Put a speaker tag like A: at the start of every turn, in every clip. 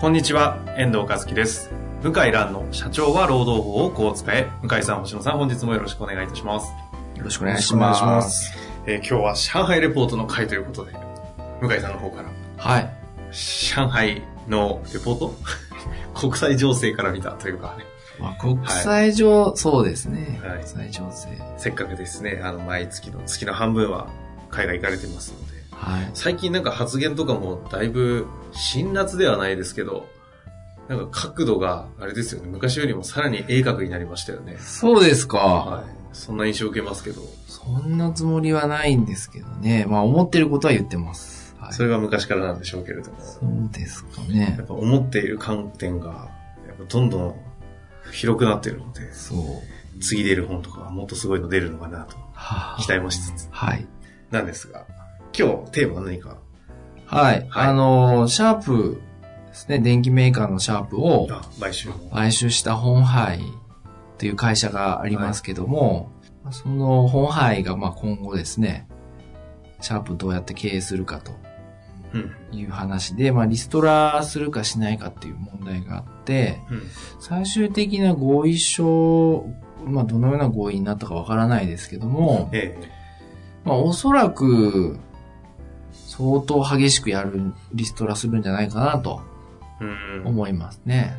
A: こんにちは、遠藤和樹です。向井蘭の社長は労働法をこう使え。向井さん、星野さん、本日もよろしくお願いいたします。
B: よろしくお願いします。
A: えー今日は上海レポートの会ということで、向井さんの方から、
B: はい。
A: 上海のレポート 国際情勢から見たというかね、
B: まあ、国際上、そうですね。
A: はい
B: 国際情勢。
A: せっかくですね、あの、毎月の月の半分は海外行かれてますので、
B: はい。
A: 最近なんか発言とかもだいぶ辛辣ではないですけど、なんか角度があれですよね、昔よりもさらに鋭角になりましたよね。
B: そうですか、
A: はい。そんな印象を受けますけど、
B: そんなつもりはないんですけどね。まあ、思ってることは言ってます。はい。
A: それが昔からなんでしょうけれども、
B: そうですかね
A: やっ。ぱ思っている観点が、やっぱどんどん広くなってるので、
B: そう。
A: 次出る本とかはもっとすごいの出るのかなと
B: はあ
A: 期待もしつつ、
B: はい。
A: なんですが、今日テーマは何か、
B: はい。
A: はい
B: あのー、シャープですね。電機メーカーのシャープを
A: あ、買収も。
B: 買収した本杯という会社がありますけども、まあその本杯がまあ今後ですね、シャープどうやって経営するかと。
A: うん。
B: いう話で、まあ、リストラするかしないかっていう問題があって、
A: うん。
B: 最終的な合意書、まあ、どのような合意になったかわからないですけども、
A: え
B: まあ、おそらく、相当激しくやる、リストラするんじゃないかなと
A: え。うん。
B: 思いますね。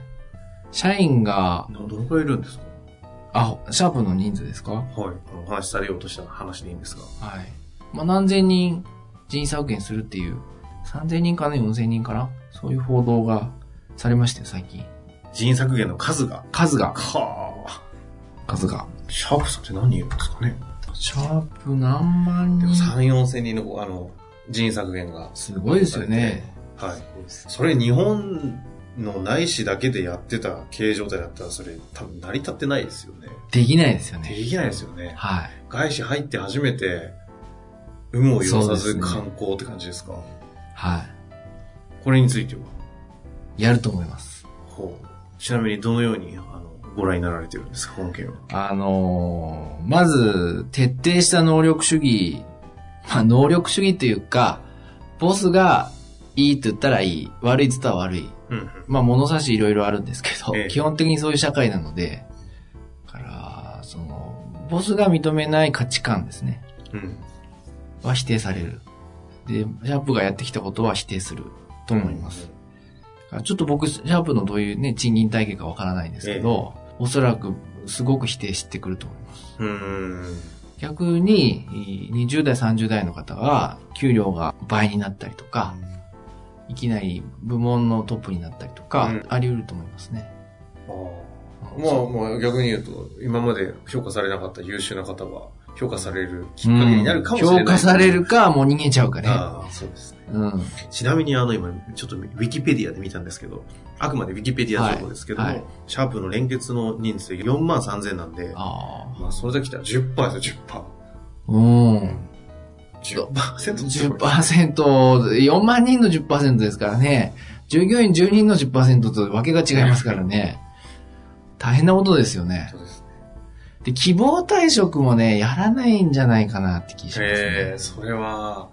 B: 社員が、
A: どどのくらいいるんですか
B: あ、シャープの人数ですか
A: はい。あのお話しされようとした話でいいんですが。
B: はい。まあ、何千人人員削減するっていう、3000人かな、4000人かなそういう報道がされましたよ、最近。
A: 人員削減の数が。
B: 数が、
A: はあ。
B: 数が。
A: シャープさんって何言うんですかね
B: シャープ何万
A: でも
B: 人
A: 3、4千人の、あの、人員削減が。
B: すごいですよね。
A: はい。それ日本のないしだけでやってた経営状態だったら、それ多分成り立ってないですよね。
B: できないですよ
A: で
B: ね。
A: きないですよね。
B: はい。
A: 外資入って初めて、有無を言わさ
B: そう
A: ず
B: ですね
A: 観光って感じですか。
B: は
A: これについては、
B: い。やると思います。
A: ほう。ちなみにどのように、あの、ご覧になられてるんですか、この件は。
B: あのーまず、徹底した能力主義。まあ、能力主義というか、ボスがいいって言ったらいい。悪いって言ったら悪い。
A: うんうん。
B: まあ、物差しいろいろあるんですけど、
A: ええ
B: 基本的にそういう社会なので、だから、その、ボスが認めない価値観ですね。
A: うん。
B: は否定される。で、シャープがやってきたことは否定すると思います。ちょっと僕、シャープのどういうね、賃金体系かわからないんですけど、おそらくすごく否定してくると思います。
A: うーん。
B: 逆に、20代、30代の方は、給料が倍になったりとか、いきなり部門のトップになったりとか、
A: うん
B: あり得ると思いますね。
A: ああまあまあ逆に言うと、今まで評価されなかった優秀な方は、評価されるきっかけになるかもしれない。
B: うん評価されるか、もう逃げちゃうかね。
A: ああ、そうですね。
B: うん。
A: ちなみにあの今、ちょっとウィキペディアで見たんですけど、あくまでウィキペディア情報ですけども、
B: はいはい
A: シャープの連結の人数4万3000なんで、
B: ああ。
A: まあそれだけ来たら10%ですよ、10%。
B: うん。
A: 10%ってすごい
B: 10%、4万人の10%ですからね、従業員10人の10%とわけが違いますからね、大変なことですよね
A: そ。うですね。
B: で、希望退職もね、やらないんじゃないかなって気がします
A: え
B: ね
A: え。それは、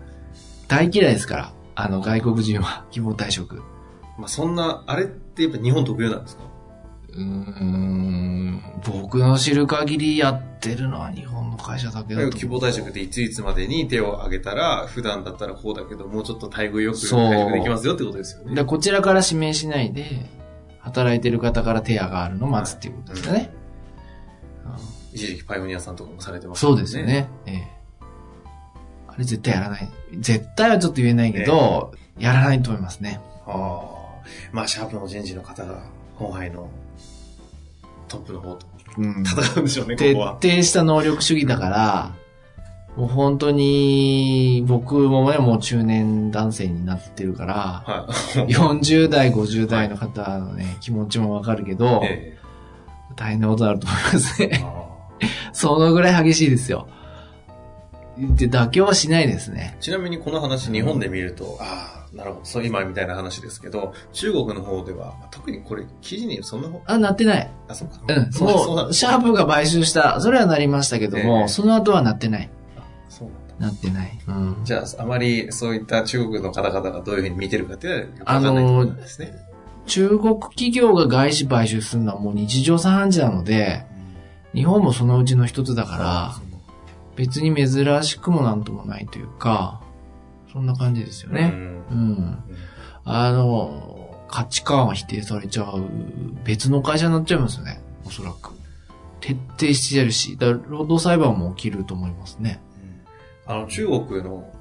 B: 大嫌いですから、あの、外国人は 希望退職。
A: まあそんな、あれってやっぱ日本特有なんですか
B: うーん、僕の知る限りやってるのは日本の会社だけだと思う。
A: 希望退職でいついつまでに手を挙げたら、普段だったらこうだけど、もうちょっと待遇よく
B: そう
A: 退職できますよってことですよね。
B: で、こちらから指名しないで、働いてる方から手があるのを待つっていうことですよね。うん
A: 一時期パイオニアさんとかもされてます
B: そうですよ。ね。ええあれ絶対やらない。絶対はちょっと言えないけど、やらないと思いますね。
A: ああ。まあ、シャープの人事の方が、本杯のトップの方と
B: うん。
A: 戦うんでしょうね、こ
B: 徹
A: こ
B: 底
A: は。
B: した能力主義だから、もう本当に、僕もね、もう中年男性になってるから、
A: はい。
B: 40代、50代の方のね、気持ちもわかるけど、
A: え
B: 大変なことになると思います
A: え
B: ね。
A: あ
B: そのぐらい激しいですよ。で、妥協はしないですね。
A: ーちなみにこの話、日本で見ると、ああ、なるほど、そう今みたいな話ですけど、中国の方では、まあ特にこれ、記事にそんなほ、
B: あ、なってない。
A: あ、そうか。
B: うん。
A: そうだそう
B: も
A: だ
B: う、シャープが買収した、それはなりましたけども、
A: ええ
B: その後はなってない。
A: そうなんだ。
B: なってない。うん。
A: じゃあ、あまりそういった中国の方々がどういうふうに見てるかっていうのは、
B: あのー
A: わかんないところなんですね。
B: 中国企業が外資買収するのはもう日常茶飯事なので、日本もそのうちの一つだから、別に珍しくもなんともないというか、そんな感じですよ
A: う
B: ね。
A: ん
B: うん。あの、価値観は否定されちゃう。別の会社になっちゃいますよね。おそらく。徹底してやるし、だ労働裁判も起きると思いますね。
A: あの、中国の、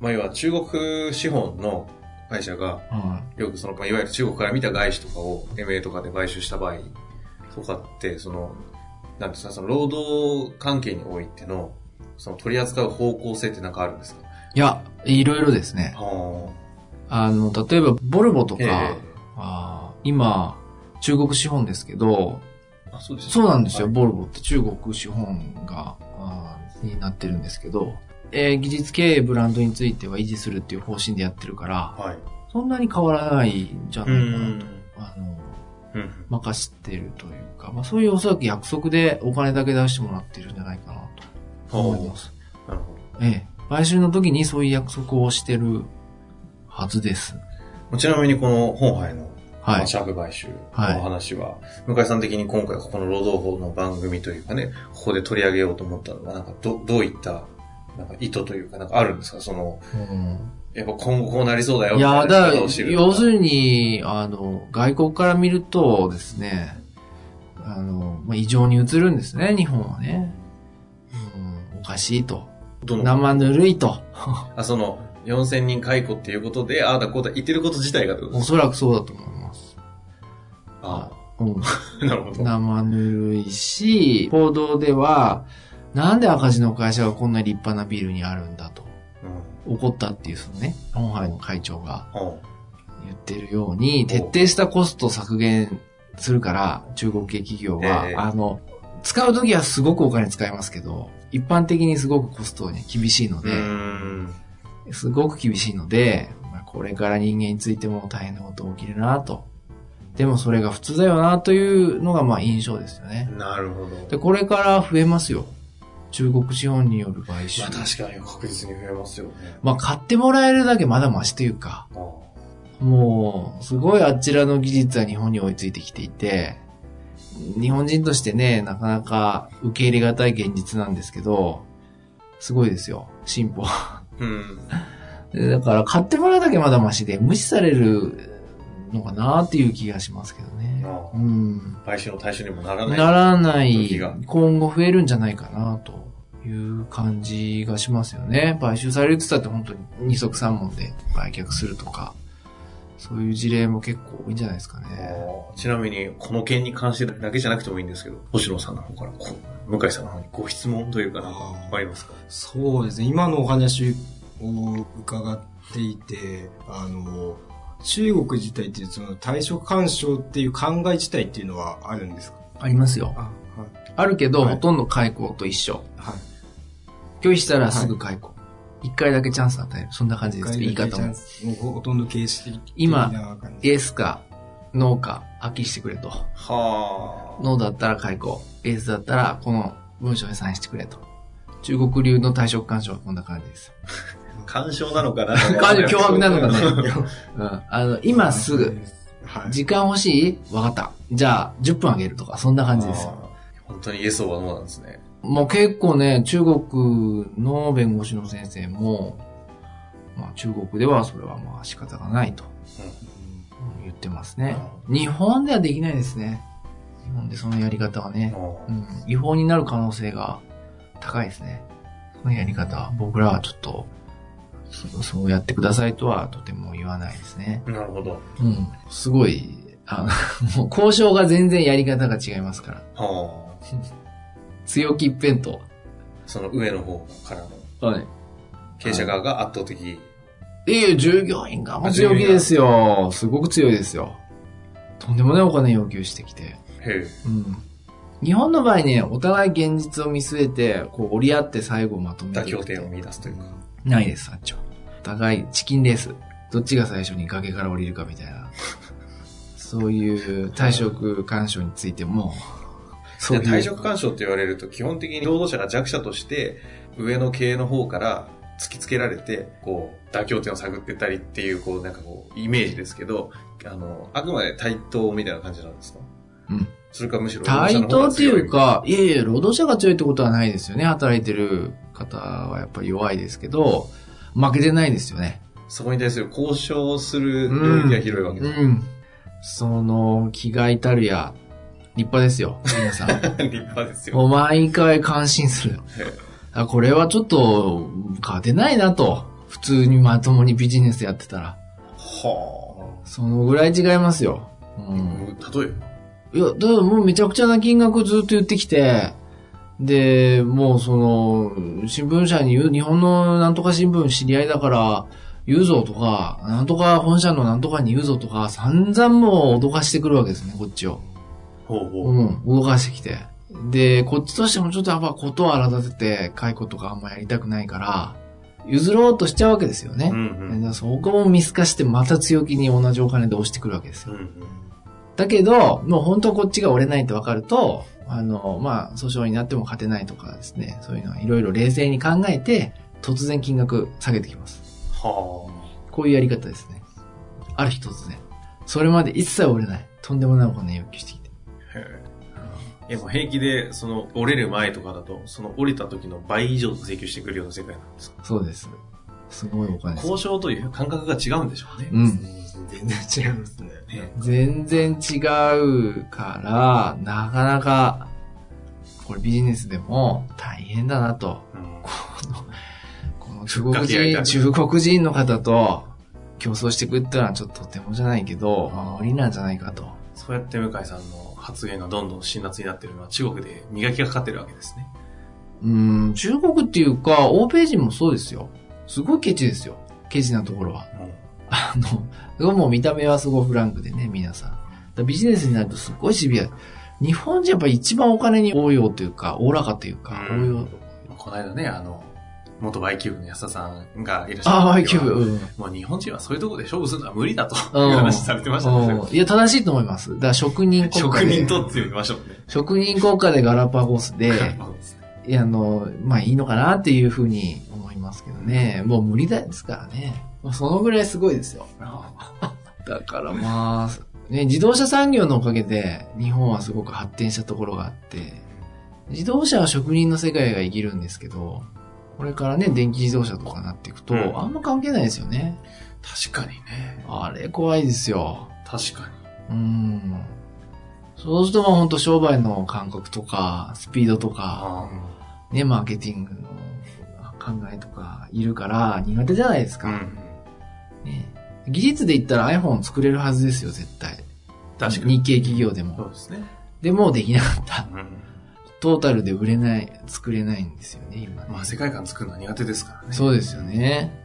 A: まあ、要は中国資本の会社が、
B: うん。
A: よくその、まあ、いわゆる中国から見た外資とかを MA とかで買収した場合とかって、その、なんていうんですか、その労働関係においての、その取り扱う方向性ってなんかあるんですか
B: いや、いろいろですね。
A: は
B: あの、例えば、ボルボと
A: え
B: か、
A: え
B: あー今、中国資本ですけど、
A: あ、そうです
B: そうなんですよ、
A: はい
B: ボルボって中国資本が、あーになってるんですけど、えー技術経営ブランドについては維持するっていう方針でやってるから、
A: はい。
B: そんなに変わらないんじゃ
A: う
B: ないかなと。
A: ん。
B: あの、
A: うん。
B: 任してるというか、まあそういうおそらく約束でお金だけ出してもらってるんじゃないかなと
A: ほう
B: 思います。
A: なるほど。
B: ええ。買収の時にそういう約束をしてるはずです。
A: もうちなみにこの本杯の
B: は
A: まあ
B: い。
A: シャープ買収の
B: はい
A: 話は、向井さん的に今回ここの労働法の番組というかね、ここで取り上げようと思ったのは、なんかど、どういった、なんか意図というか、なんかあるんですかその、
B: うん
A: やっぱ今後こうなりそうだよ
B: いやー、だから
A: を知る
B: 要するに、あの、外国から見るとですね、あの、まあ、異常に映るんですね、日本はね。うん、おかしいと。
A: どの、
B: 生ぬるいと。
A: あ、その、4000人解雇っていうことで、ああだこうだ言ってること自体がってこと
B: お
A: です
B: そらくそうだと思います。
A: あ
B: うん。
A: あ、 なるほど。
B: 生ぬるいし、報道では、なんで赤字の会社がこんな立派なビルにあるんだと。
A: うん
B: 怒ったっていう、そのね、本杯の会長が
A: ほ
B: 言ってるように、徹底したコスト削減するから、中国系企業は、
A: ええ
B: あの、使うときはすごくお金使いますけど、一般的にすごくコストに厳しいの
A: うう
B: で、
A: ーん。
B: すごく厳しいので、まあ、これから人間についても大変なこと起きるなと。でもそれが普通だよなというのがまあ印象ですよね。
A: なるほど。
B: で、これから増えますよ。中国資本による買収。
A: まあ確かに確実に増えますよね。
B: まあ買ってもらえるだけまだマシというか、
A: ああ
B: もう、すごいあちらの技術は日本に追いついてきていて、日本人としてね、なかなか受け入れがたい現実なんですけど、すごいですよ、進歩。
A: うん。
B: でだから、買ってもらうだけまだマシで、無視されるのかなっていう気がしますけどね。
A: ああ
B: うん。
A: 買収の対象にもならない。
B: ならな
A: 時
B: い
A: が、
B: 今後増えるんじゃないかなという感じがしますよね。買収されるって言ったって本当に二足三門で売却するとか、そういう事例も結構多いんじゃないですかね。
A: あーちなみに、この件に関してだけじゃなくてもいいんですけど、星野さんの方からこう、向井さんの方にご質問というかなんかありますか
C: そうですね。今のお話を伺っていて、あの、中国自体っていう、その対処干渉っていう考え自体っていうのはあるんですか
B: ありますよ。
C: あ、はい。
B: あるけど、
C: はい
B: ほとんど解雇と一緒。
C: はい。
B: 拒否したらすぐ解雇。一、回だけチャンス与える。そんな感じです。言い方も。
C: も。うほとんど形式的
B: 今
C: な感じ。
B: イエスか、ノーか、飽きしてくれと。
A: は
B: ノーだったら解雇。イエスだったら、この文章にサインしてくれと。中国流の退職干渉はこんな感じです。
A: あ。干渉なのかな
B: 干渉脅迫なの かね。
C: 今、
B: うん。あの、今すぐ、。
C: はい。
B: 時間欲しいわかった。じゃあ、10分あげるとか、そんな感じです
A: あ。ー本当にイエスオーはノーなんですね。
B: もう結構ね、中国の弁護士の先生も、まあ中国ではそれはまあ仕方がないと言ってますね。日本ではできないですね。日本でそのやり方は
A: あ
B: ね、
A: ー
B: うん、違法になる可能性が高いですね。そのやり方、僕らはちょっと、そそうやってくださいとはとても言わないですね。
A: なるほど。
B: うん、すごい、あの、 もう交渉が全然やり方が違いますから。
A: は
B: 強気一辺と、
A: その上の方からの
B: はい。
A: 経営者側が圧倒的。
B: いい従業員がもう強気ですよ。すごく強いですよ。とんでもないお金要求してきて。
A: へ
B: うん。日本の場合ね、お互い現実を見据えて、こう折り合って最後まと
A: え、
B: める
A: 妥協点を見出すというか。
B: ないです、あっちは。お互いチキンレース。どっちが最初に崖から降りるかみたい な。そういう退職干渉についても、そういう。
A: で退職干渉って言われると、基本的に労働者が弱者として、上の経営の方から突きつけられて、こう、妥協点を探ってたりっていう、こう、なんかこう、イメージですけど、あの、あくまで対等みたいな感じなんですか
B: うん。
A: それかむしろ労働者
B: 対
A: の方
B: 等
A: が
B: って
A: 強い。
B: いうか、いえいえ、労働者が強いってことはないですよね。働いてる方はやっぱり弱いですけど、負けてないですよね。
A: そこに対する交渉をする
B: うん
A: 領域が広いわけ
B: う
A: です。
B: ん。その、気が至るや、立派ですよ、皆 さん。
A: 立派ですよ。
B: もう毎回感心する
A: ええ。
B: あこれはちょっと、勝てないなと。普通にまともにビジネスやってたら。
A: は
B: そのぐらい違いますよ。う
A: あ。
B: ん。
A: 例えば
B: いや、だからもうめちゃくちゃな金額ずっと言ってきて、で、もうその、新聞社に言う、日本のなんとか新聞知り合いだから、言うぞとか、なんとか本社のなんとかに言うぞとか、散々もう脅かしてくるわけですね、こっちを。
A: ほうほう。
B: うん、動かしてきて。で、こっちとしてもちょっとやっぱことを荒立てて、解雇とかあんまやりたくないから、譲ろうとしちゃうわけですよね。
A: うんうん。
B: でそこも見透かしてまた強気に同じお金で押してくるわけです
A: う
B: よ。
A: んうん
B: だけど、もう本当はこっちが折れないって分かると、あの、まあ、訴訟になっても勝てないとかですね、そういうのはいろいろ冷静に考えて、突然金額下げてきます。
A: は
B: こういうやり方ですね。ある日突然。それまで一切折れない。とんでもないお金要求してきて。
A: あ。へえ。え、もう平気で、その、折れる前とかだと、その折れた時の倍以上請求してくるような世界なんですか
B: そうです。すごいお金です。
A: 交渉という感覚が違うんでしょうね。
B: うん。
C: 全然違いますね。
B: 全然違うから、なかなか、これビジネスでも大変だなと。
A: うん
B: この中国
A: やりた
B: 人、
A: い
B: 中国人の方と競争していくってのはちょっととてもじゃないけど、まあ無理なんじゃないかと。
A: そうやって向井さんの発言がどんどん辛辣になってるのは中国で磨きがかかってるわけですね。
B: うん、中国っていうか、欧米人もそうですよ。すごいケチですよ。ケチなところは。あの、もう見た目はすごいフランクでね、皆さん。だからビジネスになるとすごいシビア。日本人やっぱ一番お金に応用というか、おおらかというか、応
A: うん
B: 用。
A: この間ね、あの、元バイキューブの安田さんがいらっしゃ
B: ああ、ワイ
A: 時
B: キ
A: は
B: ューブ。うん
A: もう日本人はそういうところで勝負するのは無理だと
B: うん
A: いう話されてましたね。
B: うんいや、正しいと思います。だから職人国
A: 職
B: 家で。
A: 人とって言いましょうね。
B: 職人国家でガラパゴ スで、いやあの、まあいいのかなっていうふうに思いますけどね。もう無理ですからね。まあそのぐらいすごいですよ。だからまあ、ね、自動車産業のおかげで日本はすごく発展したところがあって、自動車は職人の世界が生きるんですけど、これからね、電気自動車とかなっていくと、
A: うん
B: あんま関係ないですよね。
A: 確かにね。
B: あれ怖いですよ。
A: 確かに。
B: うん。そうするとまあ本当商売の感覚とか、スピードとか、
A: あ
B: ね、マーケティングの考えとかいるから苦手じゃないです
A: あう
B: か。
A: ん。
B: ね、技術で言ったら iPhone 作れるはずですよ、絶対。
A: 確かに。
B: 日系企業でも
A: そうですね。
B: でもできなかった。
A: うん。
B: トータルで売れない、作れないんですよね、今ね。
A: まあ世界観作るのは苦手ですからね。
B: そうですよね。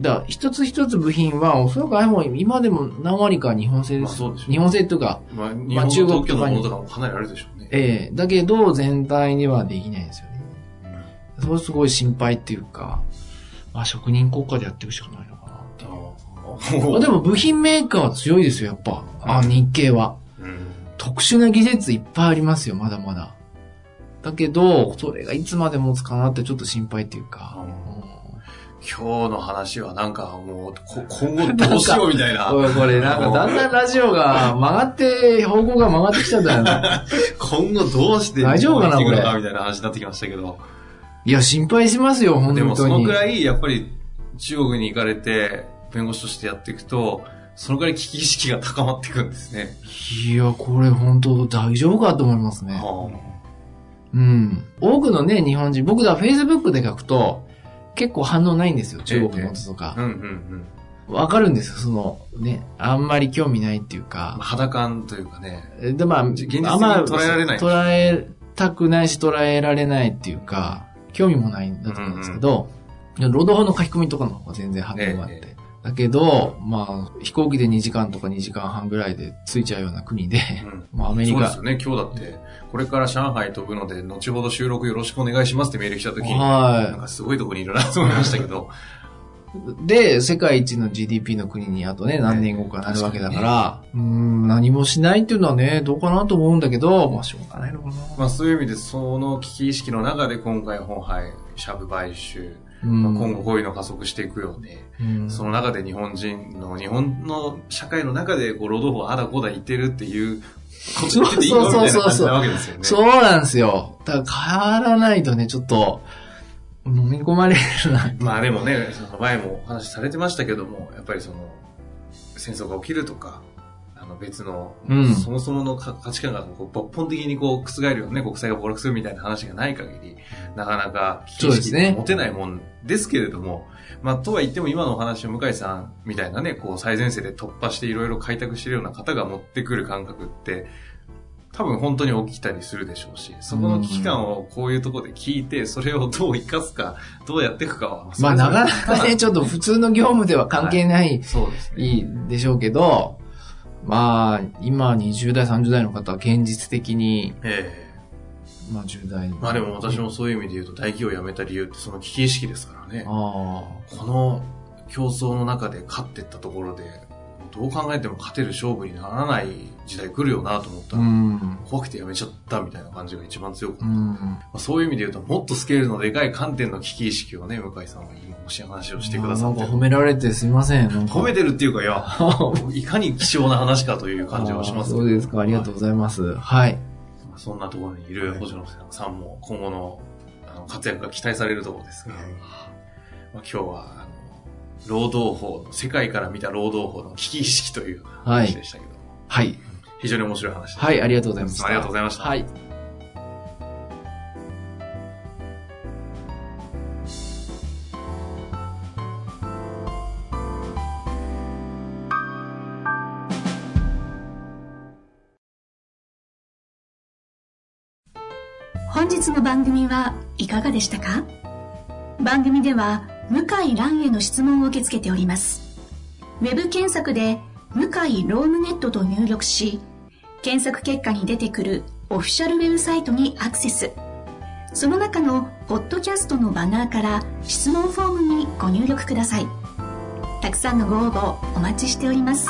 B: だから一つ一つ部品は、おそらく iPhone 今でも何割か日本製で
A: まあ
B: す。
A: そうでしょう
B: 日本製というか、
A: まあ日
B: まあ
A: 本
B: 中
A: 中
B: 国
A: 国
B: と
A: の
B: か
A: も
B: に
A: のとかもかなりあるでしょうね。
B: ええだけど全体にはできないですよね。
A: うん
B: それすごい心配っていうか、まあ職人国家でやっていくしかないのかなっていう。まあでも部品メーカーは強いですよ、やっぱ。あ、
A: うん
B: 日系は。
A: うん
B: 特殊な技術いっぱいありますよ、まだまだ。だけど、それがいつまで持つかなってちょっと心配っていうか。
A: 今日の話はなんかもう、 こ今後どうし ようみたいな。
B: これ、これ、なんかだんだんラジオが曲がって、方向が曲がってきちゃったよね。
A: 今後どうして
B: 大丈夫か
A: 生
B: な
A: きていくの
B: これ
A: かみたいな話になってきましたけど。
B: いや、心配しますよ、本当に。
A: でもそのくらい、やっぱり中国に行かれて、弁護士としてやっていくと、そのくらい危機意識が高まっていくんですね。
B: いや、これ本当大丈夫かと思いますね。うん。多くのね、日本人、僕だ、Facebook で書くと、結構反応ないんですよ、中国のこととか
A: う。んうんうん。
B: わかるんですよ、その、ね、あんまり興味ないっていう
A: まあ
B: か。
A: 肌感というかね。
B: えで、まあ、
A: 現実に
B: あんま
A: 捉えられない
B: 捉えたくないし、捉えられないっていうか、興味もないんだと思うんですけど、労働法の書き込みとかの方が全然発見があって。
A: ええ
B: だけど、まあ、飛行機で2時間とか2時間半ぐらいで着いちゃうような国で、
A: うん
B: まあ、アメリ
A: そうで
B: カ、
A: すよね。今日だって、これから上海飛ぶので、後ほど収録よろしくお願いしますってメール来た時に、なん
B: は
A: かすごいとこにいるなと思いましたけど、
B: い。で、世界一の GDP の国にあとね、何年後かなるわけだから、うーん、何もしないっていうのはね、どうかなと思うんだけど、まあ、しょうがないのかな。
A: まあそういう意味で、その危機意識の中で今回本杯、シャブ買収、
B: うん
A: まあ今後こういうの加速していくようで、
B: うん
A: その中で日本人の、日本の社会の中で、こう、労働法あだこうだ言ってるっていう、こと言ってていいのみたいな感じなわけですよね。
B: そうなんですよ。だから変わらないとね、ちょっと、飲み込ま れるな。
A: まあでもね、その前もお話しされてましたけども、やっぱりその、戦争が起きるとか、あの別の、
B: うん
A: そもそものか価値観がこう抜本的にこう覆るよね、国債が暴落するみたいな話がない限り、なかなか
B: そうですね
A: 持てないもんですけれども、まあとは言っても今のお話の向井さんみたいなね、こう最前線で突破していろいろ開拓してるような方が持ってくる感覚って、多分本当に起きたりするでしょうし、そこの危機感をこういうところで聞いて、それをどう生かすか、どうやっていくかは、
B: まあ、なか
A: そ
B: な
A: れぞ
B: か
A: れ
B: ね、ちょっと普通の業務では関係ない
A: そうですね。
B: いいでしょうけど、まあ、今20代、30代の方は現実的に、
A: ええ
B: まあ10代。
A: まあでも私もそういう意味で言うと、大企業を辞めた理由ってその危機意識ですからね。
B: あ
A: この競争の中で勝っていったところで、どう考えても勝てる勝負にならない時代来るよなと思っ
B: あ。
A: た
B: う
A: ら、
B: ん。
A: 怖くて辞めちゃったみたいな感じが一番強く
B: う
A: ま
B: ん。
A: あ、そういう意味で言うと、もっとスケールのでかい観点の危機意識をね、向井さんは今、もし話をしてくださっ
B: ま
A: て
B: あなんか褒められてすいません。なんか
A: 褒めてるっていうか、いや、いかに希少な話かという感じはします
B: あーそうですか。ありがとうございます。はい。
A: まあそんなところにいる星野さんも今後のあの活躍が期待されるところですが、
C: はい
A: まあ、今日はあの労働法世界から見た労働法の危機意識という
B: は
A: 話
B: い
A: で。したけど、
B: はい。
A: 非常に面白い話でした
B: はい、ありがとうございました。
A: ありがとうございました
B: はい。
D: 本日の番組はいかがでしたか番組では向井蘭への質問を受け付けておりますウェブ検索で「向井ロームネット」と入力し検索結果に出てくるオフィシャルウェブサイトにアクセスその中のポッドキャストのバナーから質問フォームにご入力くださいたくさんのご応募お待ちしております